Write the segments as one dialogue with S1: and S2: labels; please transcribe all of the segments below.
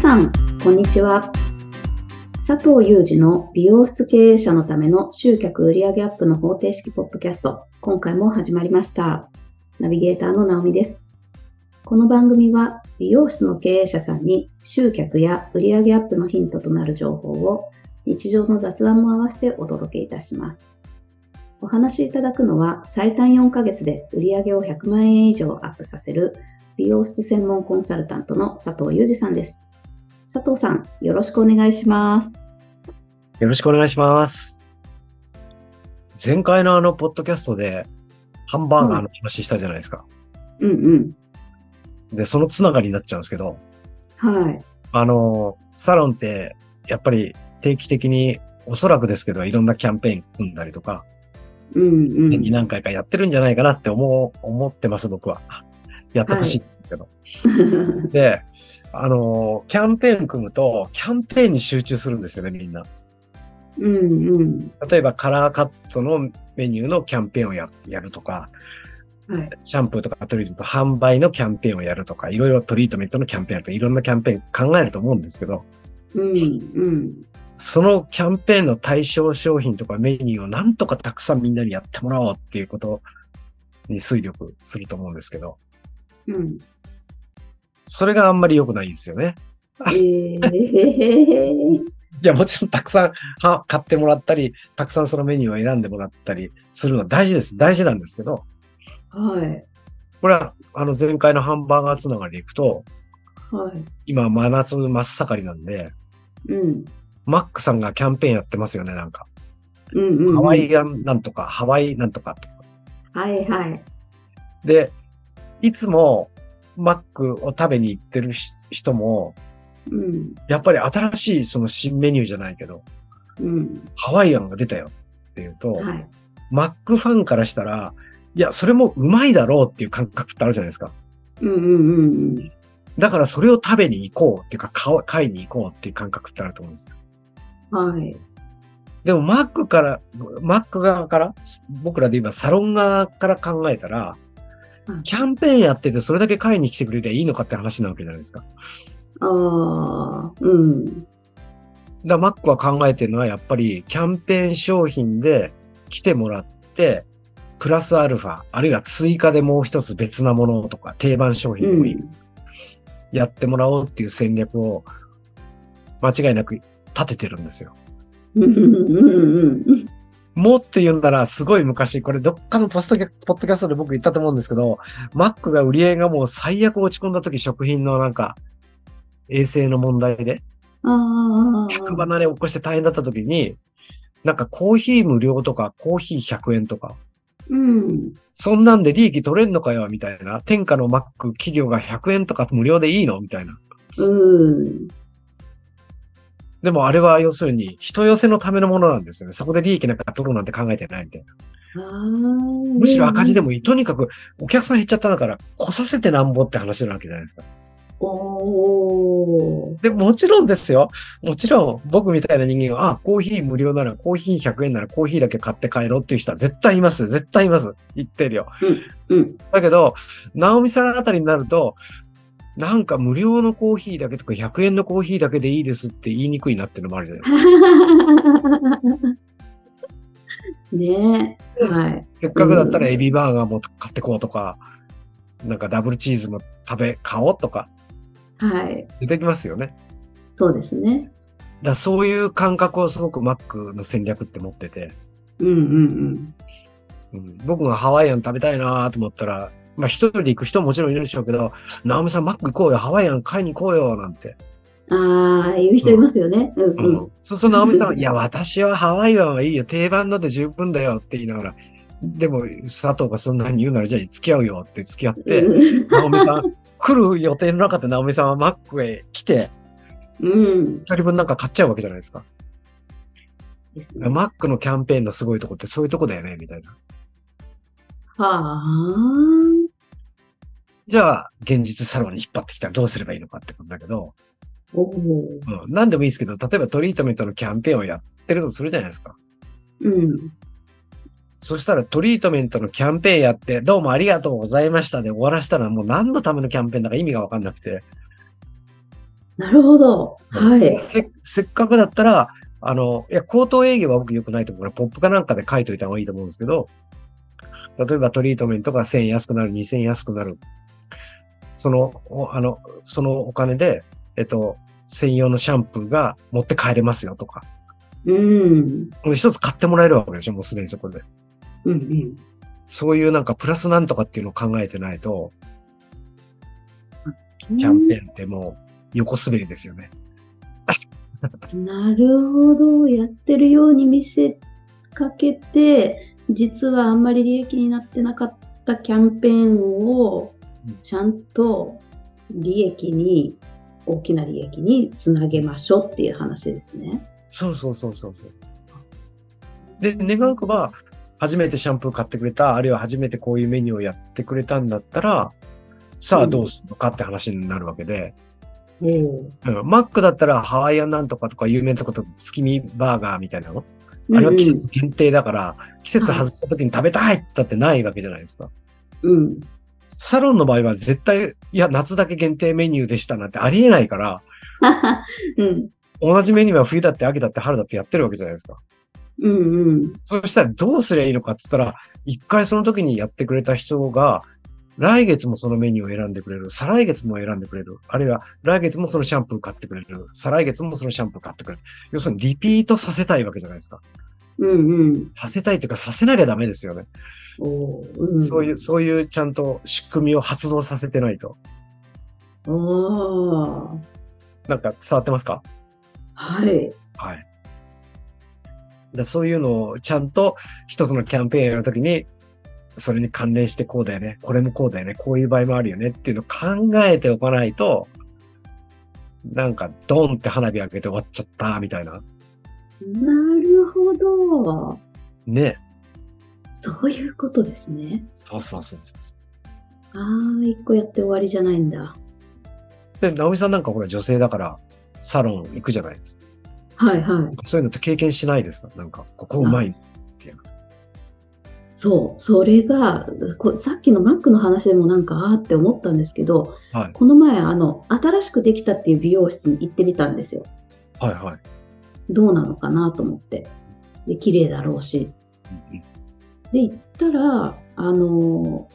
S1: さん、こんにちは。佐藤祐二の美容室経営者のための集客売上アップの方程式ポッドキャスト、今回も始まりました。ナビゲーターの直美です。この番組は美容室の経営者さんに集客や売上アップのヒントとなる情報を日常の雑談も合わせてお届けいたします。お話しいただくのは最短4ヶ月で売上を100万円以上アップさせる美容室専門コンサルタントの佐藤裕二さんです。佐藤さん、よろしくお願いします。
S2: よろしくお願いします。前回のあの、ポッドキャストで、ハンバーガーの話したじゃないですか。
S1: うん、うん
S2: うんで、そのつながりになっちゃうんですけど。
S1: はい。
S2: あの、サロンって、やっぱり定期的に、おそらくですけど、いろんなキャンペーン組んだりとか、
S1: うんうん、
S2: 年に何回かやってるんじゃないかなって思う、思ってます、僕は。やってほしいんですけど。はい、で、あの、キャンペーン組むと、キャンペーンに集中するんですよね、みんな。
S1: うんうん、
S2: 例えば、カラーカットのメニューのキャンペーンをややるとか、
S1: はい、
S2: シャンプーとかトリートメント、販売のキャンペーンをやるとか、いろいろトリートメントのキャンペーンとか、いろんなキャンペーン考えると思うんですけど、
S1: うんうん、
S2: そのキャンペーンの対象商品とかメニューをなんとかたくさんみんなにやってもらおうっていうことに推力すると思うんですけど、
S1: うん、
S2: それがあんまり良くないんですよね。
S1: えー、い
S2: や、もちろんたくさんは買ってもらったり、たくさんそのメニューを選んでもらったりするのは大事です。大事なんですけど。
S1: はい。
S2: これは、あの、前回のハンバーガーつながりでいくと、
S1: はい、
S2: 今、真夏真っ盛りなんで、
S1: うん、
S2: マックさんがキャンペーンやってますよね、なんか。
S1: うんうん、うん、
S2: ハワイアンなんとか、ハワイなんとかとか。
S1: はいはい。
S2: で、いつもマックを食べに行ってる人も、
S1: うん、
S2: やっぱり新しいその新メニューじゃないけど、
S1: うん、
S2: ハワイアンが出たよっていうと、
S1: はい、
S2: マックファンからしたら、いや、それもうまいだろうっていう感覚ってあるじゃないですか。
S1: うんうんうんうん。
S2: だからそれを食べに行こうっていうか、買いに行こうっていう感覚ってあると思うんですよ。
S1: はい。
S2: でも、マックから、マック側から、僕らで今、サロン側から考えたら、キャンペーンやってて、それだけ買いに来てくれりゃいいのかって話なわけじゃないですか。
S1: ああ、うん。
S2: だマックは考えてるのは、やっぱり、キャンペーン商品で来てもらって、プラスアルファ、あるいは追加でもう一つ別なものとか、定番商品でもいい。うん、やってもらおうっていう戦略を、間違いなく立ててるんですよ。もって言うなら、すごい昔、これどっかのポストキャポッドキャストで僕言ったと思うんですけど、マックが売り上げがもう最悪落ち込んだ時、食品のなんか、衛生の問題で、客離れ起こして大変だった時に、なんかコーヒー無料とか、コーヒー100円とか、
S1: うん、
S2: そんなんで利益取れんのかよ、みたいな。天下のマック企業が100円とか無料でいいのみたいな。
S1: うん
S2: でもあれは要するに人寄せのためのものなんですよね。そこで利益なんか取ろうなんて考えてないみたいな。むしろ赤字でもいい。とにかくお客さん減っちゃったんだから来させてなんぼって話なわけじゃないですか。
S1: お
S2: で、もちろんですよ。もちろん僕みたいな人間は、あ、コーヒー無料ならコーヒー100円ならコーヒーだけ買って帰ろうっていう人は絶対います。絶対います。言ってるよ。
S1: うん。うん、
S2: だけど、ナオミさんあたりになると、なんか無料のコーヒーだけとか100円のコーヒーだけでいいですって言いにくいなっていうのもあるじゃない
S1: ですか。 ねえ。はい。
S2: せっかくだったらエビバーガーも買ってこうとか、うん、なんかダブルチーズも食べ、買おうとか。
S1: はい。
S2: 出てきますよね。
S1: そうですね。
S2: だそういう感覚をすごくマックの戦略って持ってて。
S1: うんうんうん。うん、
S2: 僕がハワイアン食べたいなと思ったら、まあ一人で行く人ももちろんいるでしょうけど、ナオミさんマック行こうよ、ハワイアン買いに行こうよ、なんて。
S1: ああ、言う人いますよね。うん、うん、うん。
S2: そうそう、ナオミさん、いや、私はハワイアンはいいよ、定番ので十分だよって言いながら、でも、佐藤がそんなに言うなら、じゃあ付き合うよって付き合って、うん、ナオミさん、来る予定の中でナオミさんはマックへ来て、
S1: うん。
S2: 一人分なんか買っちゃうわけじゃないですか。
S1: ですね、
S2: マックのキャンペーンのすごいとこってそういうとこだよね、みたいな。
S1: はあ。
S2: じゃあ、現実サロンに引っ張ってきたらどうすればいいのかってことだけど、
S1: お
S2: うん、何でもいいですけど、例えばトリートメントのキャンペーンをやってるとするじゃないですか。
S1: うん。
S2: そしたらトリートメントのキャンペーンやって、どうもありがとうございましたで終わらせたらもう何のためのキャンペーンだか意味がわかんなくて、
S1: なるほど。はい。
S2: せせっかくだったら、あの、いや、口頭営業は僕良くないと思うから、ポップかなんかで書いといた方がいいと思うんですけど、例えばトリートメントが1000円安くなる、2000円安くなる。その、おあの、そのお金で、えっと、専用のシャンプーが持って帰れますよとか。
S1: うん。
S2: 一つ買ってもらえるわけでしょ、もうすでにそこで。
S1: うんうん。
S2: そういうなんかプラスなんとかっていうのを考えてないと、キャンペーンってもう横滑りですよね。
S1: なるほど。やってるように見せかけて、実はあんまり利益になってなかったキャンペーンを
S2: うん、
S1: ちゃんと利益に、大きな利益につなげましょうっていう話ですね。
S2: そうそうそうそうそう。で、願うくば、初めてシャンプー買ってくれた、あるいは初めてこういうメニューをやってくれたんだったら、さ
S1: う
S2: あ
S1: ん
S2: どうするのかって話になるわけで、
S1: ええ
S2: うんマックだったらハワイアンなんとかとか有名なとことか月見バーガーみたいなの、あれは季節限定だから、季節外した時に食べたいってだってないわけじゃないですか。
S1: うんうん。
S2: サロンの場合は絶対、いや、夏だけ限定メニューでしたなんてありえないから、
S1: うん。
S2: 同じメニューは冬だって秋だって春だってやってるわけじゃないですか。
S1: うんうん。
S2: そしたらどうすりゃいいのかって言ったら、一回その時にやってくれた人が、来月もそのメニューを選んでくれる、再来月も選んでくれる、あるいは来月もそのシャンプー買ってくれる、再来月もそのシャンプー買ってくれる。要するにリピートさせたいわけじゃないですか。
S1: うんうん。
S2: させたいというかさせなきゃダメですよね。
S1: おーうん、
S2: そういう、そういうちゃんと仕組みを発動させてないと。
S1: ああ。
S2: なんか伝わってますか
S1: はい。
S2: はい。だからそういうのをちゃんと一つのキャンペーンやるときに、それに関連してこうだよね、これもこうだよね、こういう場合もあるよねっていうのを考えておかないと、なんかドンって花火上げて終わっちゃったみたいな。
S1: なるほど。
S2: ね。
S1: そういうことですね。
S2: そうそうそうそう。
S1: ああ、一個やって終わりじゃないんだ。
S2: で、直美さんなんかほら女性だからサロン行くじゃないですか。
S1: はいはい。
S2: そういうのって経験しないですかなんか、ここうまい。
S1: そう。それが、こさっきのマックの話でもなんか、ああって思ったんですけど、
S2: はい
S1: この前、あの、新しくできたっていう美容室に行ってみたんですよ。
S2: はいはい。
S1: どうなのかなと思って。で、綺麗だろうし。
S2: うんうん
S1: で、行ったら、あの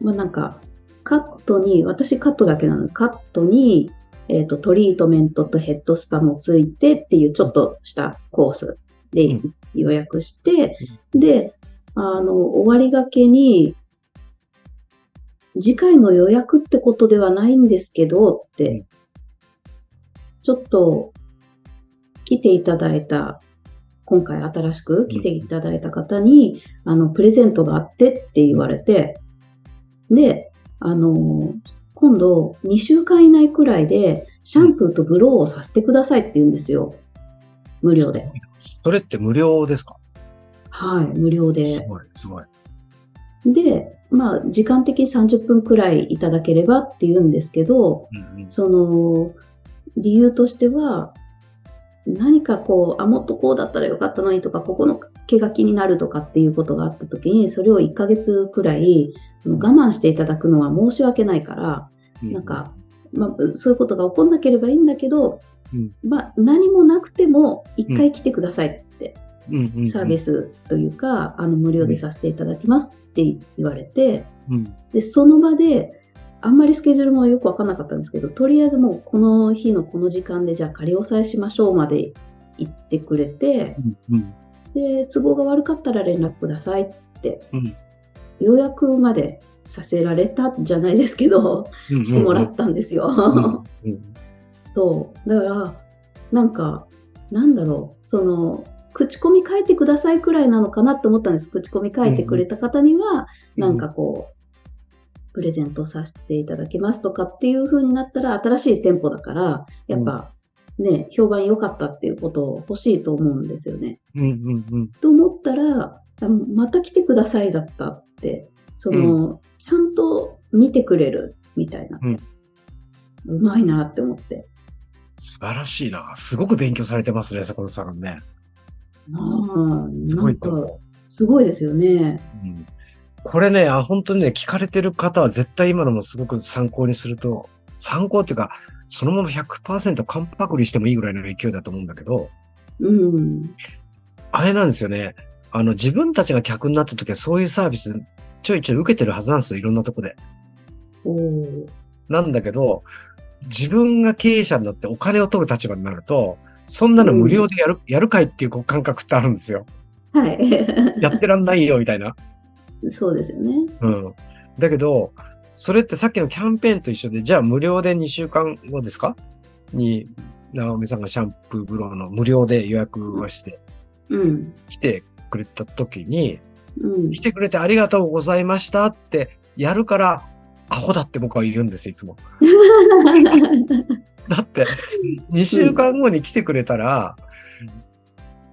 S1: ーまあ、なんか、カットに、私カットだけなのに、カットに、えっ、と、トリートメントとヘッドスパもついてっていうちょっとしたコースで
S2: うん
S1: 予約して、で、あの、終わりがけに、次回の予約ってことではないんですけどっ
S2: うん
S1: て、ちょっと来ていただいた、今回新しく来ていただいた方に、あの、プレゼントがあってって言われて、で、あの、今度2週間以内くらいでシャンプーとブローをさせてくださいって言うんですよ。無料で。。
S2: それって無料ですか。
S1: はい、無料です
S2: ごい、すごい。
S1: で、まあ、時間的に30分くらいいただければって言うんですけど、
S2: うんうん
S1: その、理由としては、何かこう、あ、もっとこうだったらよかったのにとか、ここの毛が気になるとかっていうことがあった時に、それを1ヶ月くらいあの我慢していただくのは申し訳ないから、なんか、まあ、そういうことが起こんなければいいんだけど、
S2: うん
S1: まあ、何もなくても1回来てくださいって
S2: うんうんうん、
S1: サービスというか、あの無料でさせていただきますって言われて、
S2: うん
S1: でその場で、あんまりスケジュールもよく分かんなかったんですけど、とりあえずもうこの日のこの時間で、じゃあ仮押さえしましょうまで言ってくれて、
S2: うん
S1: で都合が悪かったら連絡ください、
S2: うん
S1: 予約までさせられたじゃないですけど、
S2: うん、
S1: してもらったんですよ。
S2: うんうん
S1: そう。だから、なんか、なんだろう、その、口コミ書いてくださいくらいなのかなって思ったんです。口コミ書いてくれた方には、なんかこう、プレゼントさせていただきますとかっていう風になったら、新しい店舗だから、やっぱ、ね、評判良かったっていうことを欲しいと思うんですよね。
S2: うんうんうん
S1: と思ったら、あまた来てくださいだったって、その、ちゃんと見てくれるみたいな。
S2: うん
S1: うまいなって思って。
S2: 素晴らしいな。すごく勉強されてますね、そこのサロンね。
S1: ああ、
S2: すご
S1: なん
S2: い
S1: か
S2: と思
S1: すごいですよね。
S2: う。うんこれね、あ本当にね、聞かれてる方は絶対今のもすごく参考にすると、参考っていうか、そのまま100%完パクリしてもいいぐらいの勢いだと思うんだけど、
S1: うん。
S2: あれなんですよね。あの、自分たちが客になった時はそういうサービスちょいちょい受けてるはずなんですよ。いろんなとこで。
S1: おー
S2: なんだけど、自分が経営者になってお金を取る立場になると、そんなの無料でやる、やるかいっていうこう感覚ってあるんですよ。
S1: はい。
S2: やってらんないよ、みたいな。
S1: そうですよね。
S2: うん。だけど、それってさっきのキャンペーンと一緒で、じゃあ無料で2週間後ですかに、直美さんがシャンプーブローの無料で予約をして、
S1: うん。
S2: 来てくれた時に、
S1: うん
S2: 来。てくれてありがとうございましたってやるから、アホだって僕は言うんですよ、いつも。 だって、2週間後に来てくれたら、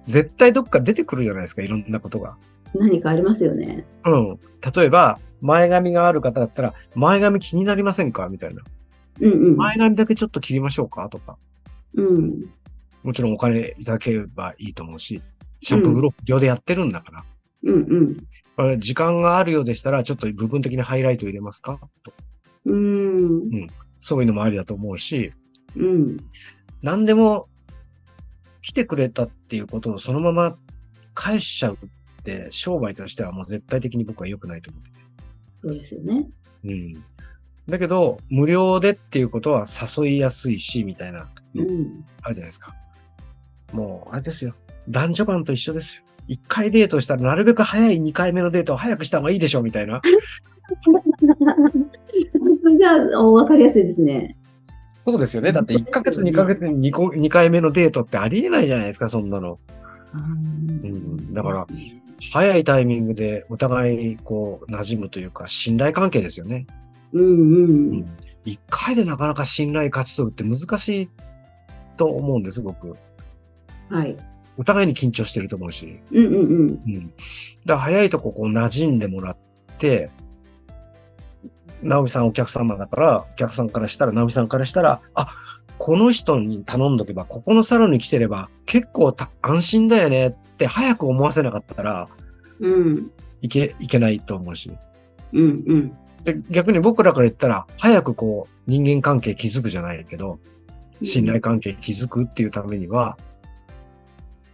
S2: 絶対どっか出てくるじゃないですか、いろんなことが。
S1: 何かありますよね。
S2: うん。例えば、前髪がある方だったら、前髪気になりませんかみたいな。
S1: うんうん。
S2: 前髪だけちょっと切りましょうかとか。
S1: うん。
S2: もちろんお金いただければいいと思うし、シャンプーブロック料でやってるんだから。
S1: うん
S2: これ時間があるようでしたら、ちょっと部分的にハイライト入れますかと
S1: うん。うん。
S2: そういうのもありだと思うし、
S1: うん。
S2: 何でも来てくれたっていうことをそのまま返しちゃうって、商売としてはもう絶対的に僕は良くないと思って
S1: そうですよね。
S2: て。うん。だけど、無料でっていうことは誘いやすいし、みたいな、
S1: うん。
S2: あるじゃないですか。もう、あれですよ。男女間と一緒ですよ。一回デートしたらなるべく早い二回目のデートを早くした方がいいでしょ、みたいな。
S1: それがお分かりやすいですね。
S2: そうですよね。だって1ヶ月、2ヶ月に 2, 2回目のデートってありえないじゃないですか、そんなの。んだから早いタイミングでお互いにこう馴染むというか信頼関係ですよね。
S1: うんう。
S2: うんん一回でなかなか信頼勝ち取るって難しいと思うんです、僕。
S1: はい。
S2: お互いに緊張してると思うし。
S1: うんうんうん。
S2: うん。だから早いとここう馴染んでもらって、直美さんお客様だから、お客さんからしたら、直美さんからしたら、あ、この人に頼んどけば、ここのサロンに来てれば、結構た安心だよねって早く思わせなかったら
S1: うん
S2: いけ、いけないと思うし。
S1: うんうん。
S2: で、逆に僕らから言ったら、早くこう、人間関係築くじゃないけど、信頼関係築くっていうためには、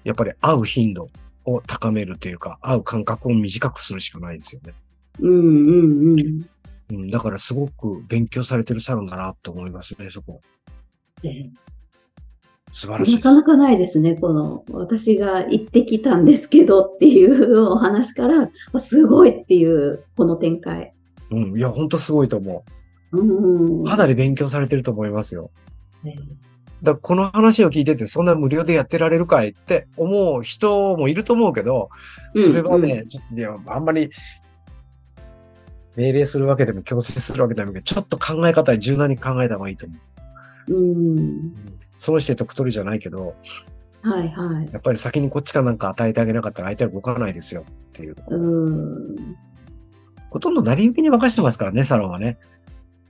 S2: やっぱり会う頻度を高めるというか、会う間隔を短くするしかないですよね。
S1: うんうんうん。
S2: うん、だからすごく勉強されてるサロンだなと思いますね、そこ。素晴らしい
S1: な
S2: です
S1: か。なかないですね、この、私が行ってきたんですけどっていうお話から、 すごいっていう、この展開。
S2: うん、いや、ほんとすごいと思
S1: うん。
S2: う。かなり勉強されてると思いますよ。
S1: ええ
S2: だからこの話を聞いてて、そんな無料でやってられるかいって思う人もいると思うけど、それはね、
S1: うん
S2: ちょっといやあんまり命令するわけでも強制するわけでもないけど、ちょっと考え方は柔軟に考えた方がいいと思う。
S1: うん。
S2: 損して得取りじゃないけど、
S1: はいはい。
S2: やっぱり先にこっちかなんか与えてあげなかったら相手は動かないですよっていう。
S1: うん。
S2: ほとんど成り行きに任せてますからね、サロン はね。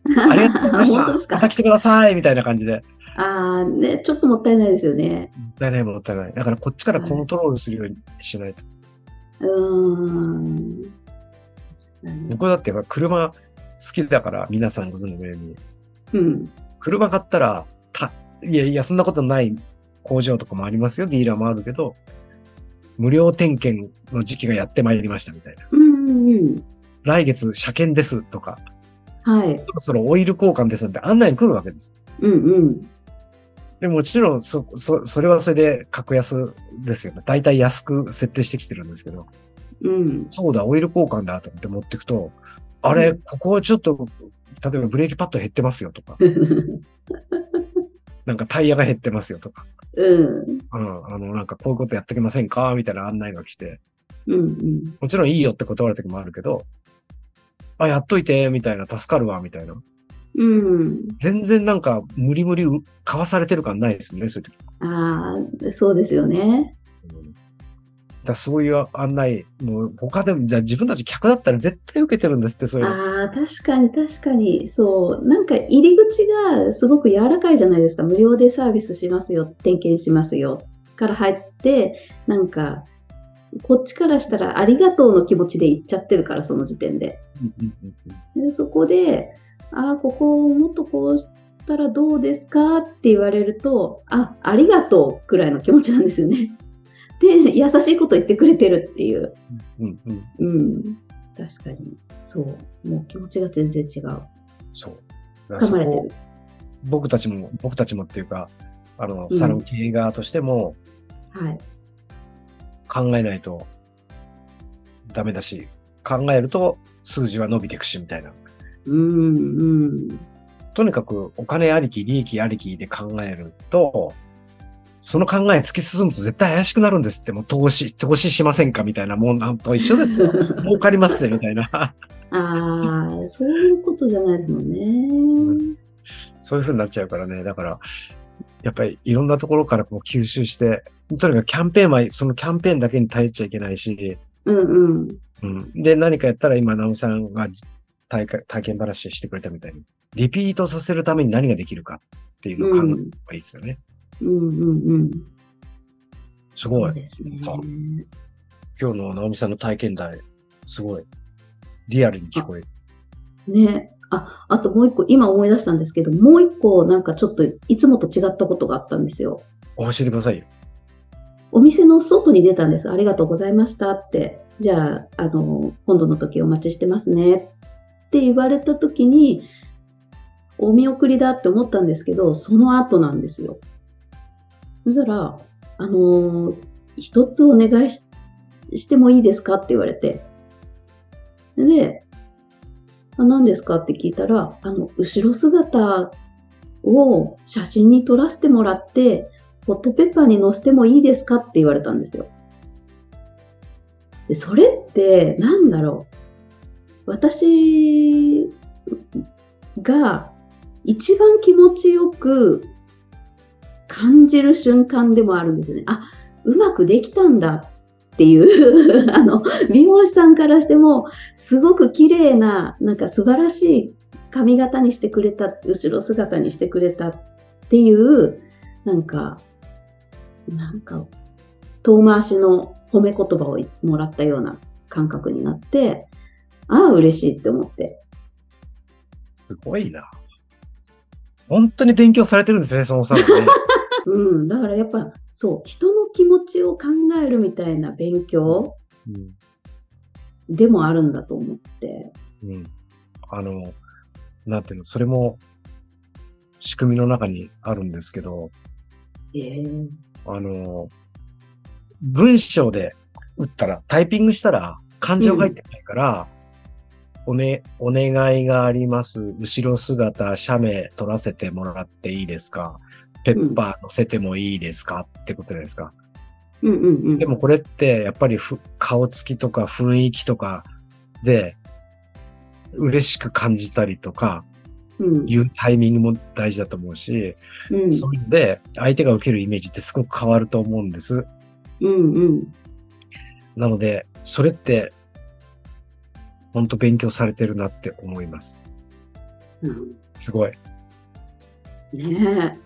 S2: ありがとうございま
S1: 本当で
S2: し
S1: す
S2: た。
S1: か
S2: また来てくださいみたいな感じで。
S1: ああ、ね、ちょっともったいないですよね。
S2: もったいないもったいない。だからこっちからコントロールするようにしないと。
S1: うん。
S2: 僕だってやっぱ車好きだから、皆さんご存知のように。
S1: うん。
S2: 車買ったら、た、いやいや、そんなことない工場とかもありますよ。ディーラーもあるけど、無料点検の時期がやってまいりましたみたいな。
S1: うんうん
S2: 来月車検ですとか、
S1: うん。はい。
S2: そろそろオイル交換ですなんて案内に来るわけです。
S1: うんうん。
S2: でもちろん、そ、そ、それはそれで格安ですよね。大体安く設定してきてるんですけど、
S1: うん。
S2: そうだ、オイル交換だと思って持ってくと、あれ、
S1: う
S2: ここはちょっと、例えばブレーキパッド減ってますよとか、なんかタイヤが減ってますよとか、
S1: うん。
S2: うん、あの、なんかこういうことやっときませんかみたいな案内が来て、
S1: うんうん。
S2: もちろんいいよって断る時もあるけど、あ、やっといて、みたいな、助かるわ、みたいな。
S1: うん。
S2: 全然なんか、無理無理う、かわされてる感ないですよね、そういう時。
S1: ああ、そうですよね。
S2: うんだからそういう案内、もう他でも、じゃあ自分たち客だったら絶対受けてるんですって、そういうの。
S1: ああ、確かに確かに。そう。なんか入り口がすごく柔らかいじゃないですか。無料でサービスしますよ。点検しますよ。から入って、なんか、こっちからしたらありがとうの気持ちで行っちゃってるから、その時点で。
S2: うんうんうんうん
S1: でそこで、ああ、ここをもっとこうったらどうですかって言われると、あ、ありがとうくらいの気持ちなんですよね。で、優しいこと言ってくれてるっていう。
S2: うんうん。
S1: うん。確かに。そう。もう気持ちが全然違う。
S2: そう。だから
S1: 掴
S2: そ
S1: まれて
S2: こ
S1: る。
S2: 僕たちも、僕たちもっていうか、あの、サロン経営側としても
S1: はい。
S2: 考えないとダメだし、考えると数字は伸びていくし、みたいな。
S1: うん、うん。
S2: とにかくお金ありき、利益ありきで考えると、その考え突き進むと絶対怪しくなるんですって、もう投資、投資しませんかみたいなもんなんと一緒で すよ。儲かりますぜ、みたいな。
S1: ああ、そういうことじゃないですもんね。
S2: そういう風になっちゃうからね。だから、やっぱりいろんなところからこう吸収して、とにかくキャンペーンは、そのキャンペーンだけに頼っちゃいけないし、
S1: うんうん。
S2: うん。で、何かやったら今、ナムさんが体か体験話してくれたみたいに、リピートさせるために何ができるかっていうのを考え
S1: う
S2: れ
S1: ん
S2: ばいいですよね。
S1: うんうんうん。
S2: す
S1: そ。
S2: ごいう
S1: ですね。
S2: あ今日の直美さんの体験談、すごい、リアルに聞こえる。
S1: ね。あ、あともう一個、今思い出したんですけど、もう一個なんかちょっといつもと違ったことがあったんですよ。
S2: 教えてくださいよ。
S1: お店の外に出たんです。ありがとうございましたって。じゃあ、あの、今度の時お待ちしてますねって言われた時に、お見送りだって思ったんですけど、その後なんですよ。そしたら、あの、一つお願いししてもいいですかって言われて。で、あ何ですかって聞いたら、あの、後ろ姿を写真に撮らせてもらって、ホットペッパーに乗せてもいいですかって言われたんですよ。で、それって、なんだろう。私が一番気持ちよく感じる瞬間でもあるんですよね。あ、うまくできたんだっていう、 あの、美容師さんからしても、すごく綺麗な、なんか素晴らしい髪型にしてくれた、後ろ姿にしてくれたっていう、なんか、なんか、遠回しの褒め言葉をもらったような感覚になって、ああ、嬉しいって思って。
S2: すごいな。本当に勉強されてるんですね、そのさんはね。
S1: うん、だからやっぱ、そう、人の気持ちを考えるみたいな勉強でもあるんだと思って。
S2: うん。うん。あの、なんていうの、それも、仕組みの中にあるんですけど、
S1: ええ
S2: あの、文章で打ったら、タイピングしたら、漢字が入ってないから、おね、お願いがあります。後ろ姿、写メ撮らせてもらっていいですかペッパー乗せてもいいですか、ってことじゃないですか。
S1: うんうんうん。
S2: でもこれって、やっぱりふ顔つきとか雰囲気とかで、嬉しく感じたりとか、
S1: うん、
S2: いうタイミングも大事だと思うし、
S1: うん、
S2: それで相手が受けるイメージってすごく変わると思うんです。
S1: うんうん。
S2: なので、それって、ほんと勉強されてるなって思います。
S1: うん
S2: すごい。
S1: ね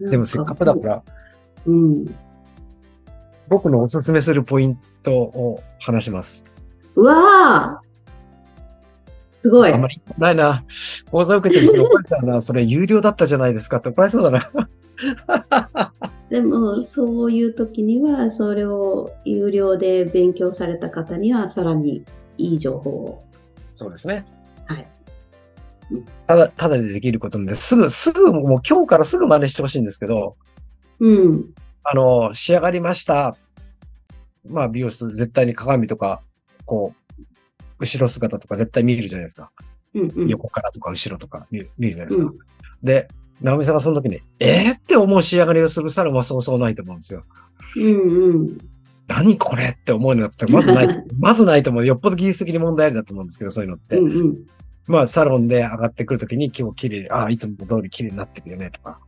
S1: え。
S2: でもせっかくだか
S1: なん。
S2: ら、
S1: うん。
S2: 僕のおすすめするポイントを話します。
S1: うわあすごい。
S2: あんまりないな。講座受けてる人怒られちゃう な。それ有料だったじゃないですかって怒られそうだな。
S1: でも、そういう時には、それを有料で勉強された方には、さらにいい情報を。
S2: そうですね。
S1: はい。
S2: ただ、ただでできることなんですぐ、すぐ、もう今日からすぐ真似してほしいんですけど、
S1: うん。
S2: あの、仕上がりました。まあ、美容室、絶対に鏡とか、こう、後ろ姿とか絶対見るじゃないですか。
S1: うんうん。
S2: 横からとか後ろとか見る見るじゃないですか。
S1: うん
S2: で、直美さんがその時に、えー、って思う仕上がりをするサロンはそうそうないと思うんですよ。
S1: うんうん。
S2: 何これって思うのって、まず ない、まずないと思う。よっぽど技術的に問題ありだと思うんですけど、そういうのって。
S1: うんうん。
S2: まあ、サロンで上がってくる時に、今日綺麗、ああ、いつも通り綺麗になってるよね、とか。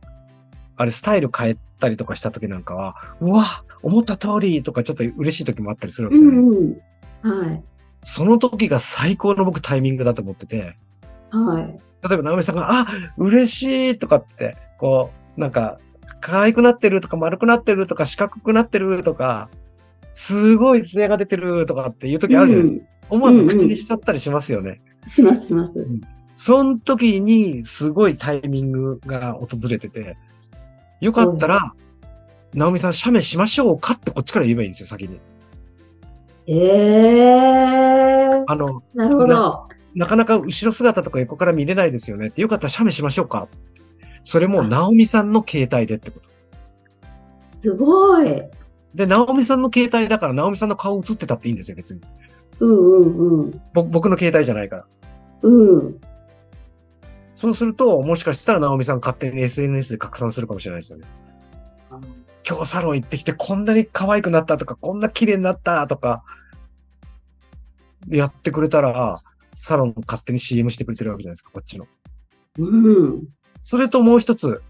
S2: あれ、スタイル変えたりとかした時なんかは、うわ、思った通りとか、ちょっと嬉しい時もあったりするわ
S1: う
S2: けじゃない。
S1: んうん。はい。
S2: その時が最高の僕タイミングだと思ってて。
S1: はい。
S2: 例えば、直美さんが、あ、嬉しいとかって、こう、なんか、可愛くなってるとか、丸くなってるとか、四角くなってるとか、すごい艶が出てるとかっていう時あるじゃないですか。思わず口にしちゃったりしますよね。
S1: うんしますします。
S2: その時にすごいタイミングが訪れてて、よかったら、ナオミさん、写メしましょうかってこっちから言えばいいんですよ、先に。
S1: ええー。
S2: あの、
S1: なるほど。
S2: なかなか後ろ姿とか横から見れないですよねって、よかったら写メしましょうか。それも、ナオミさんの携帯でってこと。
S1: すごい。
S2: で、ナオミさんの携帯だから、ナオミさんの顔映ってたっていいんですよ、別に。
S1: うんうんうん。
S2: ぼ僕の携帯じゃないから。
S1: うん。
S2: そうすると、もしかしたらナオミさん勝手に SNS で拡散するかもしれないですよね。今日サロン行ってきて、こんなに可愛くなったとか、こんな綺麗になったとか、やってくれたら、サロン勝手に CM してくれてるわけじゃないですか、こっちの。
S1: うん。
S2: それともう一つ、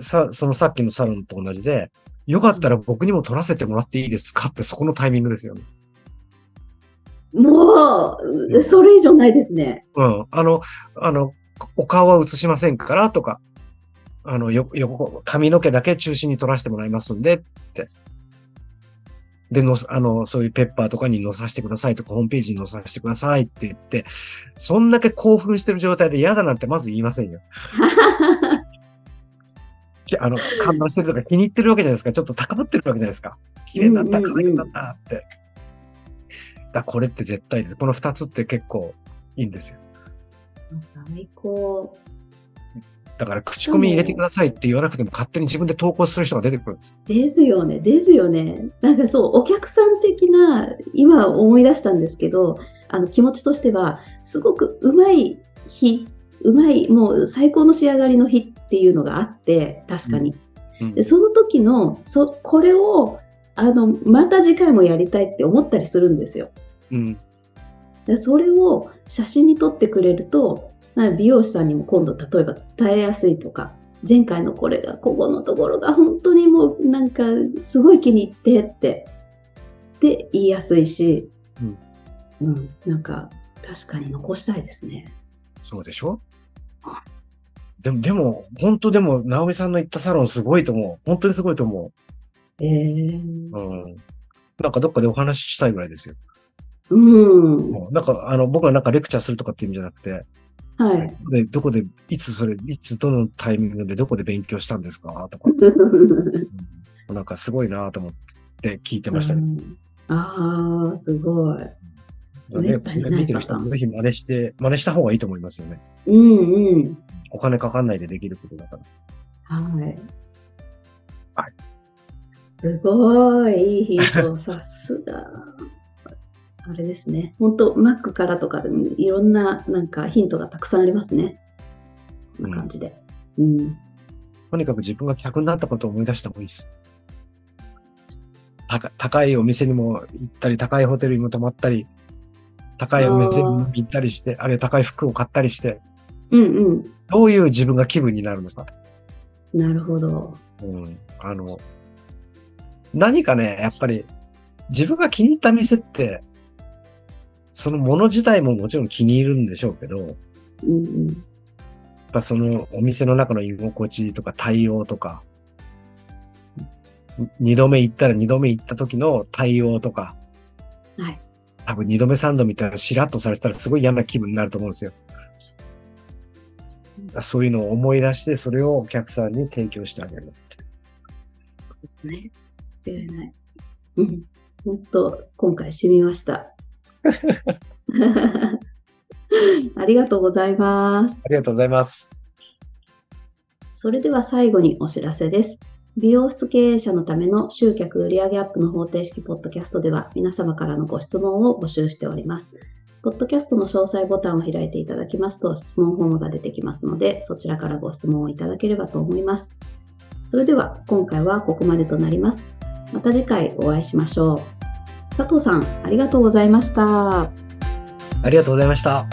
S2: さ、そのさっきのサロンと同じで、よかったら僕にも撮らせてもらっていいですかってそこのタイミングですよね。
S1: もう、うそれ以上ないです ね。
S2: うん。あの、あの、お顔は映しませんからとか、あの、よ、よ、髪の毛だけ中心に撮らせてもらいますんでって。で、のす、あの、そういうペッパーとかに載させてくださいとか、ホームページに載させてくださいって言って、そんだけ興奮してる状態で嫌だなんてまず言いませんよ。きあの、感動してるとか気に入ってるわけじゃないですか。ちょっと高まってるわけじゃないですか。綺麗になった、
S1: うんうん
S2: 可
S1: うん
S2: 愛くなったって。だからこれって絶対です。この二つって結構いいんですよ。
S1: 最高。
S2: だから口コミ入れてくださいって言わなくても勝手に自分で投稿する人が出てくるんです。
S1: ですよね、ですよね。なんかそう、お客さん的な、今思い出したんですけど、あの気持ちとしては、すごくうまい日、うまい、もう最高の仕上がりの日っていうのがあって、確かに。
S2: うん
S1: でその時のそ、これを、あの、また次回もやりたいって思ったりするんですよ。
S2: うん。
S1: でそれを写真に撮ってくれるとまあ美容師さんにも今度例えば伝えやすいとか前回のこれがここのところが本当にもうなんかすごい気に入ってってって言いやすいし、
S2: うん
S1: うんなんか確かに残したいですね。
S2: そうでしょでも、でも、本当でも、ナオミさんの行ったサロンすごいと思う。本当にすごいと思
S1: えー
S2: う。うん。なんかどっかでお話ししたいぐらいですよ。
S1: うん、
S2: もうなんか、あの、僕はなんかレクチャーするとかって意味じゃなくて、
S1: はい。
S2: で、どこで、いつそれ、いつどのタイミングでどこで勉強したんですかとか、うんなんかすごいなと思って聞いてましたね。
S1: うんああ、すごい。うん
S2: ね
S1: めったにない
S2: 見てる人もぜひ真似して、真似した方がいいと思いますよね。
S1: うんうん。
S2: お金かかんないでできることだから。
S1: はい。
S2: は
S1: すごい、いいヒント、 さすが。あれですね。本当マックからとかでもいろんななんかヒントがたくさんありますね。こんな感じで。うん。
S2: とにかく自分が客になったことを思い出した方がいいです。高高いお店にも行ったり、高いホテルにも泊まったり、高いお店にも行ったりして、あるいは高い服を買ったりして、
S1: うんうん。
S2: どういう自分が気分になるのか。
S1: なるほど。
S2: うん。あの、何かね、やっぱり、自分が気に入った店って、そのもの自体ももちろん気に入るんでしょうけど、やっ
S1: うんうん。
S2: ぱそのお店の中の居心地とか対応とか、二度目行ったら二度目行った時の対応とか、
S1: はい。
S2: 多分二度目三度目ってしらっとされてたらすごい嫌な気分になると思うんですよ。そういうのを思い出して、それをお客さんに提供してあげる。
S1: そうですね。間違いない。うん。本当今回染みました。 ありがとうございます。
S2: ありがとうございます。
S1: それでは最後にお知らせです。美容室経営者のための集客売上アップの方程式ポッドキャストでは皆様からのご質問を募集しております。ポッドキャストの詳細ボタンを開いていただきますと質問フォームが出てきますのでそちらからご質問をいただければと思います。それでは今回はここまでとなります。また次回お会いしましょう。佐藤さん、ありがとうございました。
S2: ありがとうございました。